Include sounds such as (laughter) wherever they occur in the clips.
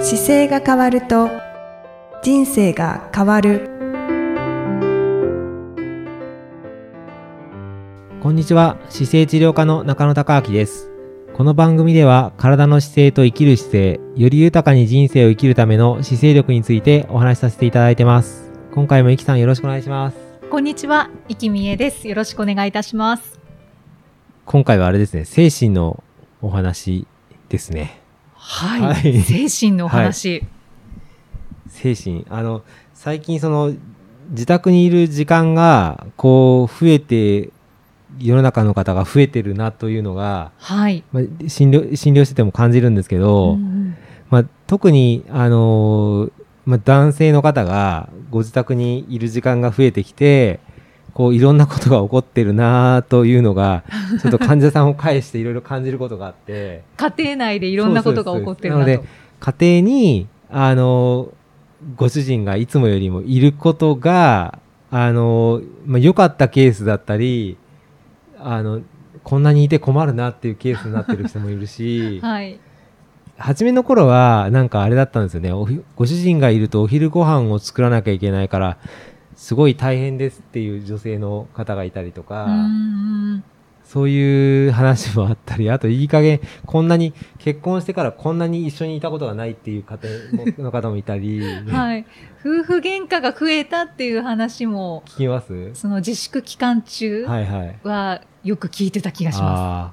姿勢が変わると人生が変わるこんにちは姿勢治療科の中野孝明ですこの番組では体の姿勢と生きる姿勢より豊かに人生を生きるための姿勢力についてお話しさせていただいてます今回もいきさんよろしくお願いしますこんにちは、生きみえです。よろしくお願いいたします。今回はあれですね精神のお話ですねはいい、精精神のお話、精神あの最近その自宅にいる時間がこう増えて世の中の方が増えてるなというのが、はい。まあ、診療診療してても感じるんですけど、うんまあ、特に、あのーまあ、男性の方がご自宅にいる時間が増えてきてこういろんなことが起こってるなという (laughs) のがちょっと患者さんを介していろいろ感じることがあって家庭内でいろんなことが起こってるなそうとで。家庭に、あのーご主人がいつもよりもいることが、あのーまあ、良かったケースだったりあのこんなにいて困るなっていうケースになってる人もいるし (laughs) はい。初めの頃はなんかあれだったんですよねおひご主人がいるとお昼ご飯を作らなきゃいけないからすごい大変ですっていう女性の方がいたりとうか、んうんそういう話もあったりあといい加減こんなに結婚してからこんなに一緒にいたことがないっていう家庭もの方もいたり、はい。夫婦喧嘩が増えたっていう話も、聞きますその自粛期間中はいはいはよく聞いてた気がします。あ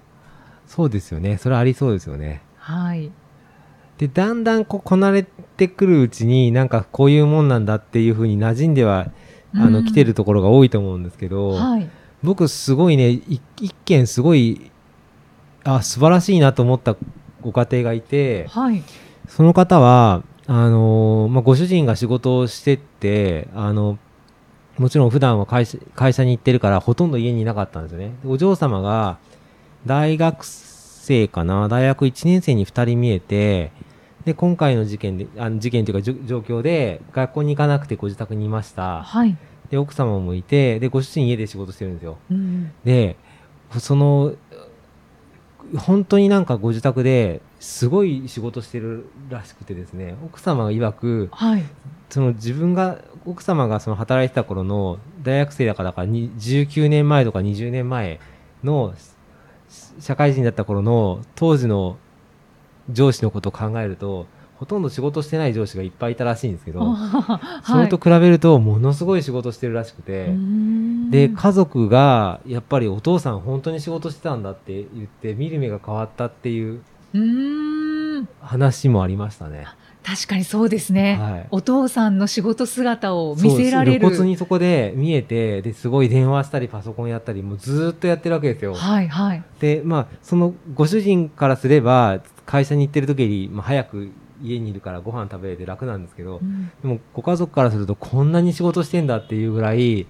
ーそうですよねそれありそうですよねはい。でだんだんこうこなれてくるうちになんかこういうもんなんだっていうふうに馴染んではあの、うん来てるところが多いと思うんですけど、はい。僕すごいねい一件すごいあ素晴らしいなと思ったご家庭がいてはい。その方はあのーまあ、ご主人が仕事をしてってあのもちろん普段は会社会社に行ってるからほとんど家にいなかったんですよねお嬢様が大学生かな大学1年生に2人見えてで今回の事件であの事件というかじょ状況で学校に行かなくてご自宅にいましたはい。で奥様もいてでご主人家で仕事してるんですようんでその本当になんかご自宅ですごい仕事してるらしくてですね奥様が曰くはい。その自分が奥様がその働いてた頃の大学生だからだからに19年前とか20年前のし社会人だった頃の当時の上司のことを考えるとほとんど仕事してない上司がいっぱいいたらしいんですけど、あーそはれいと比べるとものすごい仕事してるらしくて。うんで家族がやっぱりお父さん本当に仕事してたんだって言って見る目が変わったっていううん。話もありましたね。確かにそうですね。はいお父さんの仕事姿を見せられそうる。露骨にそこで見えてですごい電話したりパソコンやったりもうずーっとやってるわけですよ。はいはい。でまあそのご主人からすれば会社に行ってる時より、まあ、早く家にいるからご飯食べれて楽なんですけどうんでもご家族からするとこんなに仕事してんだっていうぐらい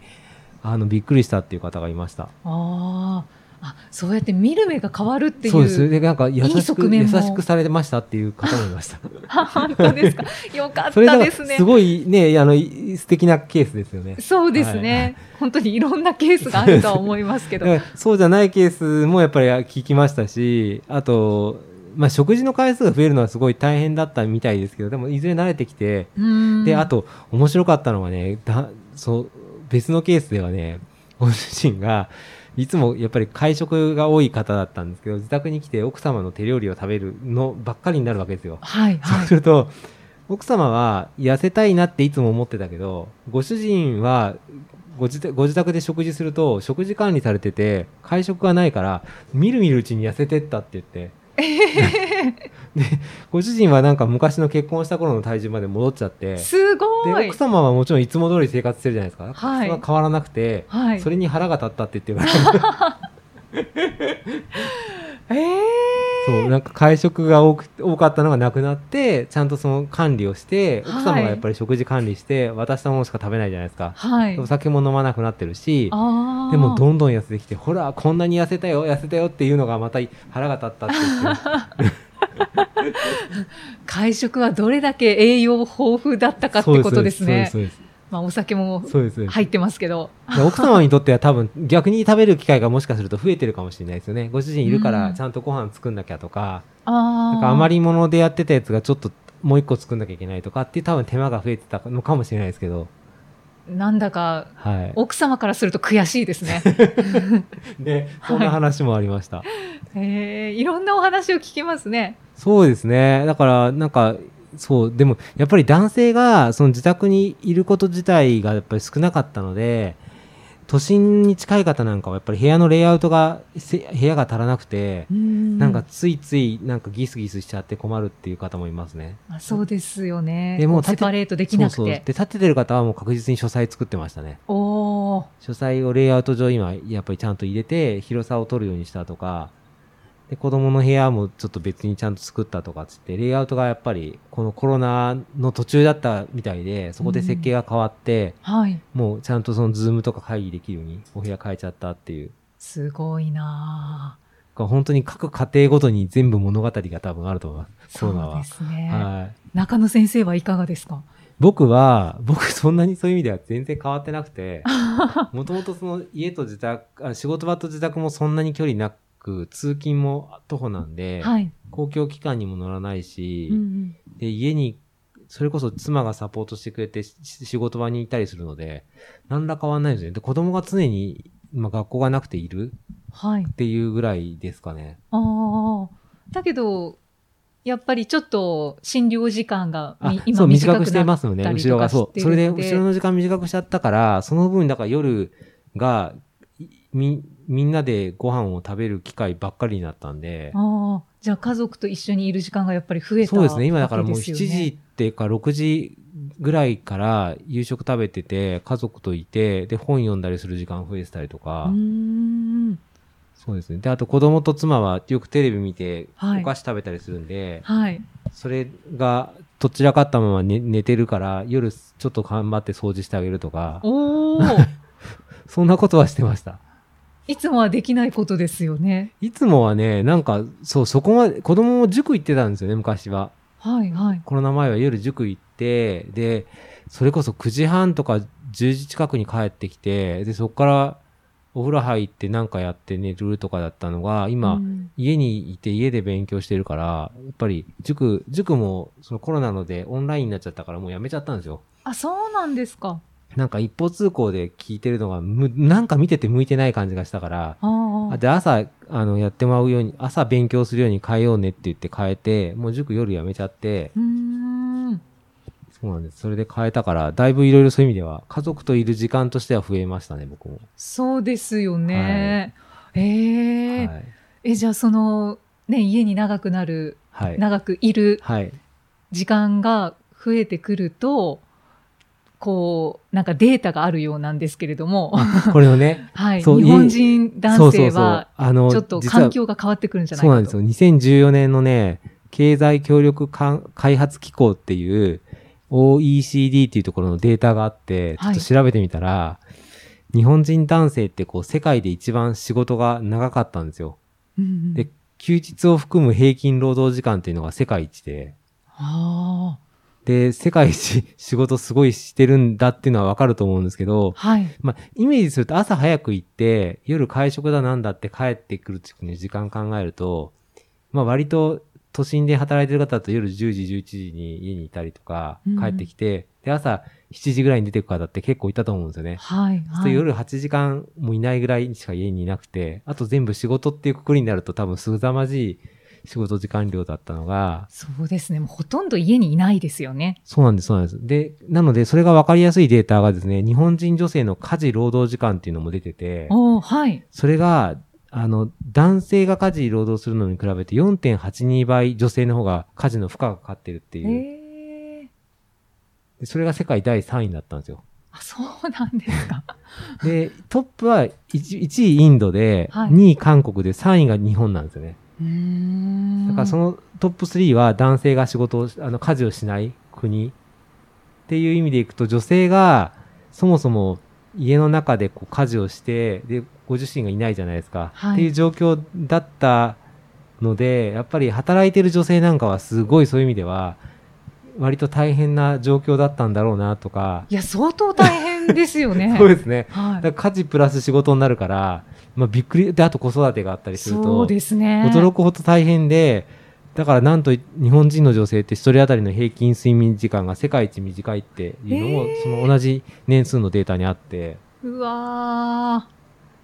あのびっくりしたっていう方がいました。ああ、あ、そうやって見る目が変わるっていう。そうです。で、なんか優しくいい側面も優しくされてましたっていう方もいました。 (laughs) あ (laughs) 本当ですか。よかっそれたがですねす。ごいね、あの、い素敵なケースですよね。そうですね、はい本当にいろんなケースがあるとは思いますけだど。から (laughs) そうじゃないケースもやっぱり聞きましたし、あと、まあ、食事の回数が増えるのはすごい大変だったみたいですけど、でもいずれ慣れてきて、うんで、あ、と、面白かったのはね、だそう別のケースではね、ご主人が、いつもやっぱり会食が多い方だったんですけど、自宅に来て奥様の手料理を食べるのばっかりになるわけですよ。はいそうはいす。ると、奥様は痩せたいなっていつも思ってたけど、ご主人はご自宅ご自宅で食事すると、食事管理されてて、会食がないから、みるみるうちに痩せてったって (laughs) 言って。で、ご主人はなんか昔の結婚した頃の体重まで戻っちゃって、すでごい奥。様はもちろんいつも通り生活してるじゃないですか。はいそれは変わらなくて、はいそ。れに腹が立ったって言って言われたええそうなんか会食が多く多かったのがなくなってちゃんとその管理をしてはい奥様がやっぱり食事管理して渡したものしか食べないじゃないですか、はいお。酒も飲まなくなってるしああ。でもどんどん痩せてきてほらこんなに痩せたよ痩せたよっていうのがまた腹が立ったって言 (laughs) って会食はどれだけ栄養豊富だったかっそうてことですね。そうですまあお酒もそうですそうですそうです入ってますけど。で奥様にとっては多分逆に食べる機会がもしかすると増えてるかもしれないですよねご主人いるかうらんちゃんとご飯作んなきゃとか,、ああ。なんか余り物でやってたやつがちょっともう一個作んなきゃいけないとかっていう多分手間が増えてたのかもしれないですけど、なんだかはい。奥様からすると悔しいですね。で、そんな話もありました。へえいろんなお話を聞きますね。そうですね。だから、なんか、そう、でも、やっぱり男性が、その自宅にいること自体がやっぱり少なかったので、都心に近い方なんかは、やっぱり部屋のレイアウトが、せ部屋が足らなくて、ななんかついつい、なんかギスギスしちゃって困るっていう方もいますね。あそうですよね。でもこう立セてパレートできなくて。そうそう。で、立ててる方はもう確実に書斎作ってましたね。おお、書斎をレイアウト上今、やっぱりちゃんと入れて、広さを取るようにしたとか、で、子供の部屋もちょっと別にちゃんと作ったとかっつって、レイアウトがやっぱり、このコロナの途中だったみたいで、そこで設計が変わって、はい。もうちゃんとそのズームとか会議できるように、お部屋変えちゃったっていう。すごいなあだから本当に各家庭ごとに全部物語が多分あると思います。コそロナうはで。すね。はい。中野先生はいかがですか僕は、僕そんなにそういう意味では全然変わってな (laughs) くて、もともとその家と自宅、あ仕事場と自宅もそんなに距離なく、通勤も徒歩なんで、はい。公共機関にも乗らないし、うんうんで、家に、それこそ妻がサポートしてくれてし仕事場にいたりするので、何ら変わんないんですよね。で、子供が常に、まあ、学校がなくているはい。っていうぐらいですかね。ああ。だけど、やっぱりちょっと診療時間があみ、今そう、短くなしてますよね。たり後とろかが。しそてるう。そのれでで、後ろの時間短くしちゃったから、その分、だから夜が、いみ、みんなでご飯を食べる機会ばっかりになったんで、ああ。じゃあ家族と一緒にいる時間がやっぱり増えたそうですね。今だからもうわけ7ですよね時っていうか6時ぐらいから夕食食べてて、家族といて、で、本読んだりする時間増えてたりとうか、ーん。そうですね。で、あと子供と妻はよくテレビ見て、はいお菓子食べたりするんで、はい。それが、どちらかったまま寝寝てるから、夜ちょっと頑張って掃除してあげるとか、おお。そんなことはしてました。 (laughs) いつもはできないことですよね。いつもはね、なんか、そう、そこまで、子供も塾行ってたんですよね、昔は。はいはい。コロナ前は夜塾行って、で、それこそ9時半とか10時近くに帰ってきて、で、そこからお風呂入ってなんかやって寝るとかだったのが、今、うん家にいて家で勉強してるから、やっぱり塾、塾もそのコロナのでオンラインになっちゃったからもうやめちゃったんですよ。あ、そうなんですか。なんか一方通行で聞いてるのが、むなんか見てて向いてない感じがしたから、あああで、朝、あの、やってもらうように、朝勉強するように変えようねって言って変えて、もう塾夜やめちゃって、うーん。そうなんです。それで変えたから、だいぶいろいろそういう意味では、家族といる時間としては増えましたね、僕も。そうですよね。ええはい。え、じゃあその、ね、家に長くなる、はい。長くいるはい。 (laughs) 時間が増えてくると、こう、なんかデータがあるようなんですけれども、これをね、はい。そう日本人 (laughs) 男そうそ性うそうは、。あのちょっと実は環境が変わってくるんじゃないそうなんかですと。よ。2014年のね、経済協力かん開発機構っていう、OECD っていうところのデータがあって、ちょはっいと調べてみたら、日本人男性ってこう、世界で一番仕事が長かったんですよ。うんうんで休日を含む平均労働時間っていうのが世界一で、あで、世界一 (laughs) 仕事すごいしてるんだっていうのはわかると思うんですけどあ、、はい。まあ、イメージすると朝早く行って、夜会食だなんだって帰ってくるっていう時間考えると、まあ割と都心で働いてる方だと夜10時、11時に家にいたりとかうん、帰ってきて、で、朝7時ぐらいに出てく方って結構いたと思うんですよね。はい。そうするはとい。夜8時間もいないぐらいしか家にいなくて、あと全部仕事っていうくくりになると多分すざまじい仕事時間量だったのが、そうですね。もうほとんど家にいないですよね。そうなんです、そうなんです。で、なので、それが分かりやすいデータがですね、日本人女性の家事労働時間っていうのも出てて、おおはい。それが、あの、男性が家事労働するのに比べて4.82倍女性の方が家事の負荷がかかってるっていう、ええでそれが世界第3位だったんですよ。あ、そうなんです (laughs) か。で、トップは 1, 1位インドで、はい2位韓国で3位が日本なんですよね。うーん。だからそのトップ3は男性が仕事をし、あの、家事をしない国っていう意味でいくと、女性がそもそも家の中でこう家事をして、で、ご自身がいないじゃないですか。はいっていう状況だったので、やっぱり働いてる女性なんかはすごいそういう意味では、割と大変な状況だったんだろうなとか、いや、相当大変ですよね。 (laughs) そうですね。はだからい。家事プラス仕事になるから、まあびっくり、で、あと子育てがあったりすると、そうですね。驚くほど大変で、だからなんと日本人の女性って一人当たりの平均睡眠時間が世界一短いっていうのも、えーその同じ年数のデータにあってうわー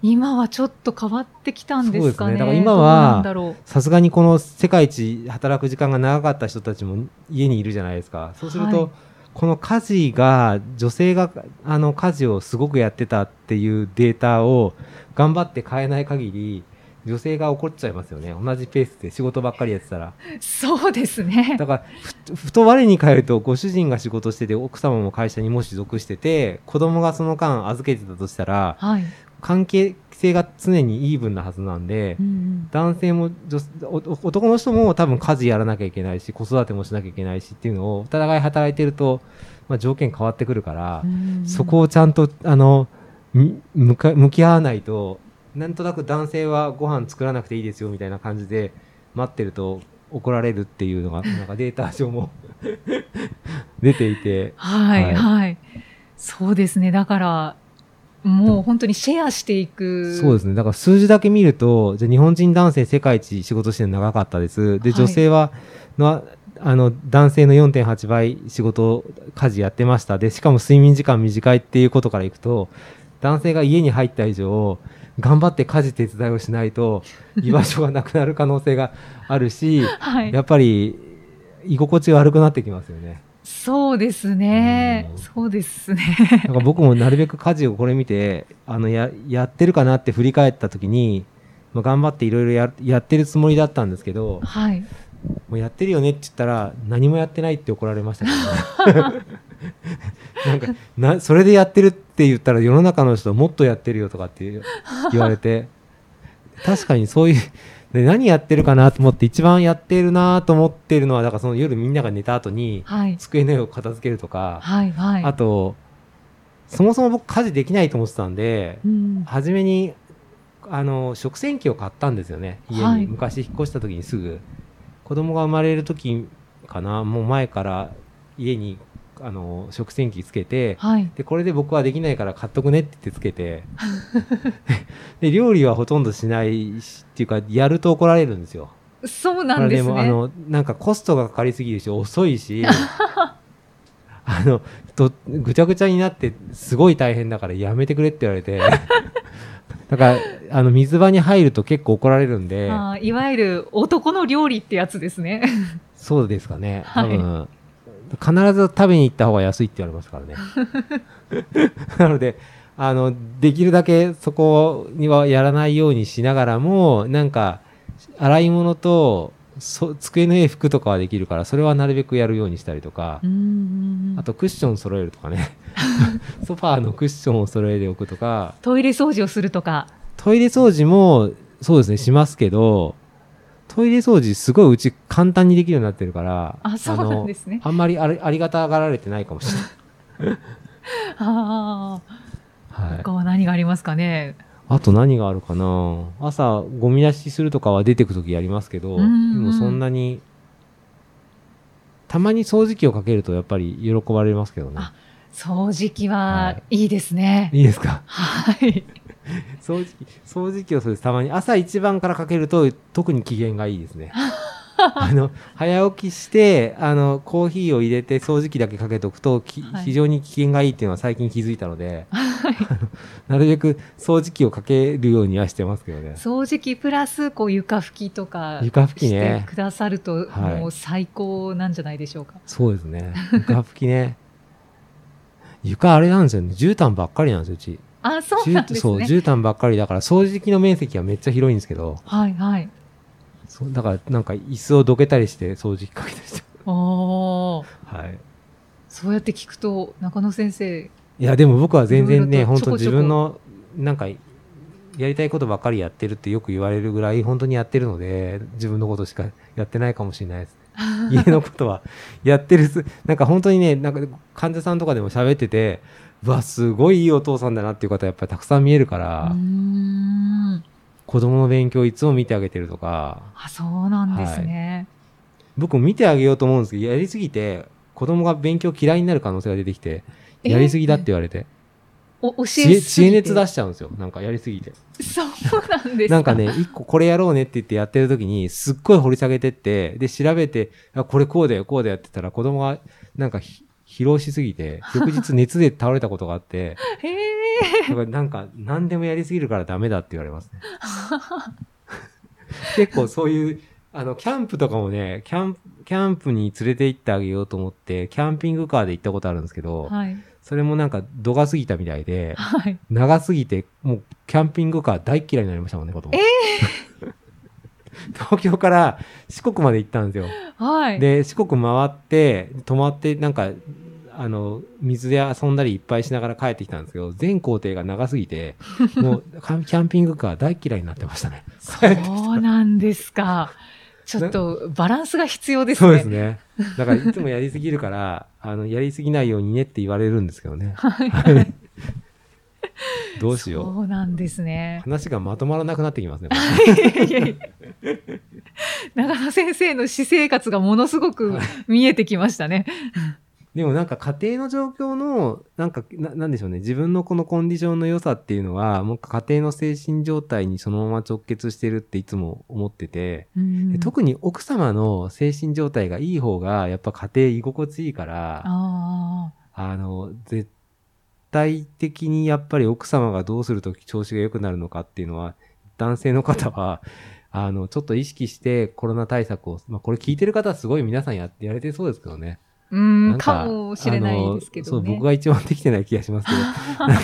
今はちょっと変わってきたんですかね。そうですねだから今はどうなんだろさすがにこの世界一働く時間が長かった人たちも家にいるじゃないですかそうすると、はいこの家事が女性があの家事をすごくやってたっていうデータを頑張って変えない限り女性が怒っちゃいますよね同じペースで仕事ばっかりやってたらう。そうです (laughs) ね。だからふふと我に返るとご主人が仕事してて奥様も会社にもし属してて子供がその間預けてたとしたらはい。関係性が常にイーブンなはずなんで、うん男性も女おお男の人も多分家事やらなきゃいけないし子育てもしなきゃいけないしっていうのをお互い働いてると、まあ、条件変わってくるからう、んうんそこをちゃんとあのみ向か向き合わないとなんとなく男性はご飯作らなくていいですよみたいな感じで待ってると怒られるっていうのがなんかデータ上も (laughs) 出ていてはいははいい、そうですね。だからもう本当にシェアしていく。そうですね。だから数字だけ見ると、じゃあ日本人男性世界一仕事してるの長かったです。で、はい女性は、のあの、男性の4.8倍仕事、家事やってました。で、しかも睡眠時間短いっていうことからいくと、男性が家に入った以上、頑張って家事手伝いをしないと、居場所がなくなる可能性があるし、 (laughs) はい。やっぱり、居心地悪くなってきますよね。そうですねうん。そうですね。 (laughs) なんか僕もなるべく家事をこれ見て、あの、や、やってるかなって振り返った時に、まあ、頑張っていろいろや、やってるつもりだったんですけど、はい。もうやってるよねって言ったら、何もやってないって怒られました (laughs) けどね、なんか、な、それでやってるって言ったら世の中の人もっとやってるよとかっていう言われて、確かにそういう、で何やってるかなと思って、一番やってるなと思ってるのは、だからその夜みんなが寝た後に、はい。机の上を片付けるとか、はい。はい。あと、そもそも僕家事できないと思ってたんで、うん。初めに、あの、食洗機を買ったんですよね。家に、はい昔引っ越した時にすぐ。子供が生まれる時かな、もう前から家に、あの、食洗機つけて、はい。で、これで僕はできないから買っとくねって言ってつけて、 (laughs) で、料理はほとんどしないし、っていうか、やると怒られるんですよ。そうなんですまあでね。もあのなんかコストがかかりすぎるし遅いし (laughs) あのとぐちゃぐちゃになってすごい大変だからやめてくれって言われてだからあの水場に入ると結構怒られるんであーいわゆる男の料理ってやつですね。そうですかねは多い分、必ず食べに行った方が安いって言われますからね (laughs) なのであのできるだけそこにはやらないようにしながらもなんか洗い物とそ机の上服とかはできるからそれはなるべくや (laughs) るようにしたりとかう、んうんうんあとクッション揃えるとかね (laughs) ソファーのクッションを揃えておくとかトイレ掃除をするとか。トイレ掃除もそうですねしますけどトイレ掃除すごいうち簡単にできるようになってるからあ、そうあなのん (laughs) ですね。あんまりありありがたがられてないかもしれない。ああ。はい、他は何がありますかね。あと何があるかな朝ゴミ出しするとかは出てくときやりますけど、うんうんでもそんなにたまに掃除機をかけるとやっぱり喜ばれますけどねあ掃除機ははいいですね。いいですかはい。掃除機掃除機をそうですたまに朝一番からかけると特に機嫌がい (laughs) いですねあの早起きしてあのコーヒーを入れて掃除機だけかけとくときはい非常に機嫌がいいっていうのは最近気づいたの (laughs) で、 (laughs) なるべく掃除機をかけるようにはしてますけどね掃除機プラスこう床拭きとか床拭きしねてくださるとはいもう最高なんじゃないでしょうか。そうですね。床拭きね。 (laughs) 床あれなんですよね。絨毯ばっかりなんですよ、うち。あ、そうなんですそう、ね。絨毯ばっかりだから、掃除機の面積はめっちゃ広いんですけど、はいはい。そうだからなんか椅子をどけたりして掃除機かけたりして。おーはい。そうやって聞くと中野先生、いや、でも僕は全然いろいね、ろ本とち当ょこち自ょこ分の、なんか、やりたいことばっかりやってるってよく言われるぐらい、本当にやってるので、自分のことしかやってないかもしれない (laughs) です。家のことはやってるす、なんか本当にね、なんか患者さんとかでも喋ってて、うわ、すごいいいお父さんだなっていう方やっぱりたくさん見えるかうら、ーん。子供の勉強いつも見てあげてるとか、あ、そうなんですね。僕見てあげようと思うんですけど、やりすぎて、子供が勉強嫌いになる可能性が出てきて、えやりすぎだって言われて、お教え知恵す知ぎ恵て熱出しちゃうんですよなんかやりすぎてそうなんですかなんかね、一個これやろうねって言ってやってる時に、すっごい掘り下げてって、で、調べて、あ、これこうだよ、こうだよって言ったら、子供が、なんかひ、疲労しすぎて、翌日熱で倒れたことが (laughs) あって、へえだからなんか、何でもやりすぎるからダメだって言われますね。 (laughs) 結構そういう、あの、キャンプとかもね、キャンプ、キャンプに連れて行ってあげようと思って、キャンピングカーで行ったことあるんですけど、はいそれもなんか、度が過ぎたみたいで、はい長すぎて、もうキャンピングカー大嫌いになりましたもんね、子供。え (laughs) 東京から四国まで行ったんですよ。はいで、四国回って、泊まって、なんか、あの、水で遊んだりいっぱいしながら帰ってきたんですけど、全行程が長す (laughs) ぎて、もうかキャンピングカー大嫌いになってましたね。帰ってきたそうなんですかちょっとバランスが必要ですねそうですね。だからいつもやりすぎるから、あの、やりすぎないようにねって言われるんですけどね。はい (laughs) どうしよう。そうなんですね (laughs) 話がまとまらなくなってきますね。これいやいやいや長野先生の私生活がものすごく見えてきましたね。でもなんか家庭の状況の、なんか、ななんでしょうね。自分のこのコンディションの良さっていうのは、もう家庭の精神状態にそのまま直結してるっていつも思ってて、うんで特に奥様の精神状態がいい方が、やっぱ家庭居心地いいから、ああの、絶対的にやっぱり奥様がどうすると調子が良くなるのかっていうのは、男性の方は、あの、ちょっと意識してコロナ対策を、まあこれ聞いてる方はすごい皆さんややれてそうですけどね。ーうんなんかもしれないですけどあのそう、ね僕。が一番できてない気がしますけ (laughs) ど、なんか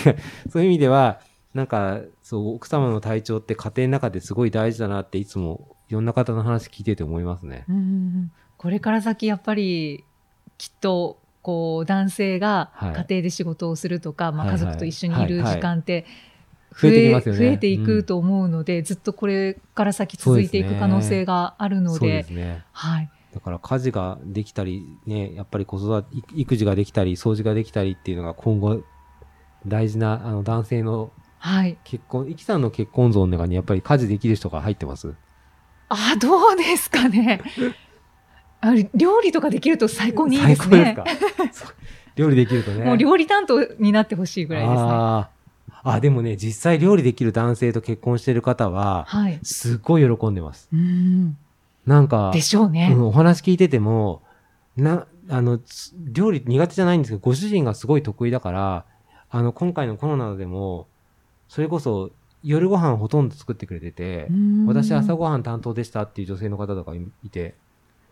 そういう意味では、なんか、そう、奥様の体調って家庭の中ですごい大事だなっていつもいろんな方の話聞いてて思いますね。うんうんうんこれから先やっぱりきっとこう男性がは家い庭で仕事をするとか、まあ、はい家はい族と一緒にいる時間って増えてきますよね。増えていくとと思うので、ずっとこれから先続いていく可能性があるのそでうですね。はい、だから家事ができたり、ね、やっぱり子育て、い育児ができたり、掃除ができたりっていうのが今後、大事な、あの、男性のはい、結婚、イキさんの結婚像の中にやっぱり家事できる人が入ってますあどうですかね (laughs) あ料理とかできると最高にいいですね最高ですかそう料理できるとね。もう料理担当になってほしいぐらいですねあーあでもね実際料理できる男性と結婚してる方ははいすっごい喜んでますうんなんかで、しょうね、うんお話聞いててもなあのす料理苦手じゃないんですけどご主人がすごい得意だからあの今回のコロナでもそれこそ夜ご飯ほとんど作ってくれてて、うん私朝ごはん担当でしたっていう女性の方とかいいて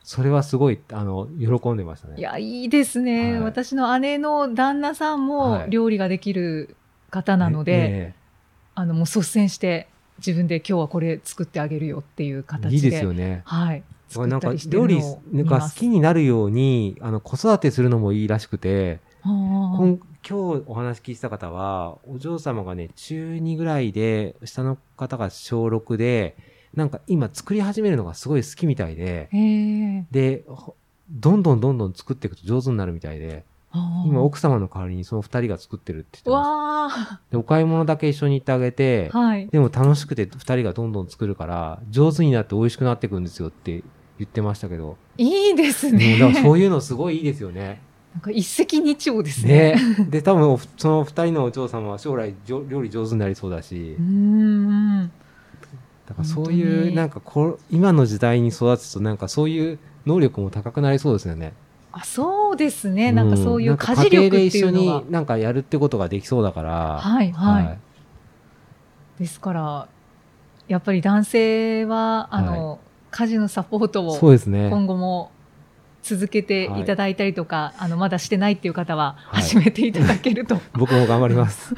それはすごいあの喜んでましたねいやいいですね、はい私の姉の旦那さんもはい料理ができる方なので、ねねあのもう率先して自分で今日はこれ作ってあげるよっていう形でいいですよねはい作なっんたかりして料る理のを見がま好すきになるようにあの子育てするのもいいらしくて、こあん今日お話聞いてた方はお嬢様がね中2ぐらいで下の方が小6でなんか今作り始めるのがすごい好きみたいでーへえでほどんどんどんどん作っていくと上手になるみたいで今奥様の代わりにその2人が作ってるって言ってますわあでお買い物だけ一緒に行ってあげてはいでも楽しくて2人がどんどん作るから上手になって美味しくなっていくんですよって言ってましたけどいいですね。ね、だからそういうのすごいいいですよね。なんか一石二鳥ですね。ねで多分おそのお二人のお嬢様は将来じょ料理上手になりそうだしうーん。だからそ本う当にいうなんかこう今の時代に育つとなんかそういう能力も高くなりそうですよね。あ、そうですね。うなんかそういうなん家事力っていうの家庭がで一緒。になんかやるってことができそうだから。はいはい。はいですから、やっぱり男性は、あの、家事のサポートそうをですね。今後も続けていただいたりとか、あの、まだしてないっていう方は、はい始めていただける (laughs) と僕も頑張り (laughs) ます。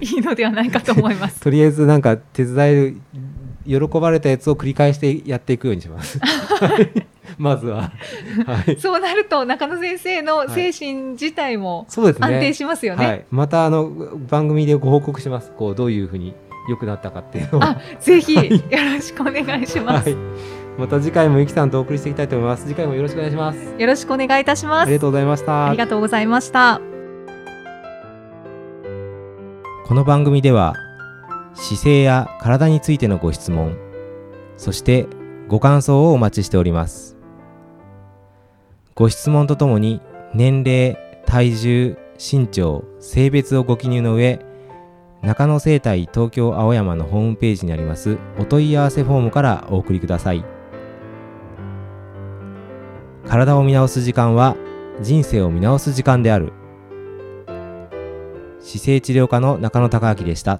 いいのではないかと思い (laughs) ます。とりあえずなんか手伝える喜ばれたやつを繰り返してやっていくように (laughs) します。はいまずは。はい。そうなると、中野先生の精神自体もそうですね。安定しますよね。はい、またあの番組でご報告しますこうどういうふうに良くなったかっていうのをあ、ぜひ、よろしくお願いします。はい、また次回もゆきさんとお送りしていきたいと思います次回もよろしくお願いしますよろしくお願いいたしまありすが。とうございましたありがとうございました。この番組では姿勢や体についてのご質問そしてご感想をお待ちしておりますご質問とともに年齢体重身長性別をご記入の上中野生態東京青山のホームページにありますお問い合わせフォームからお送りください体を見直す時間は人生を見直す時間である姿勢治療科の中野孝明でした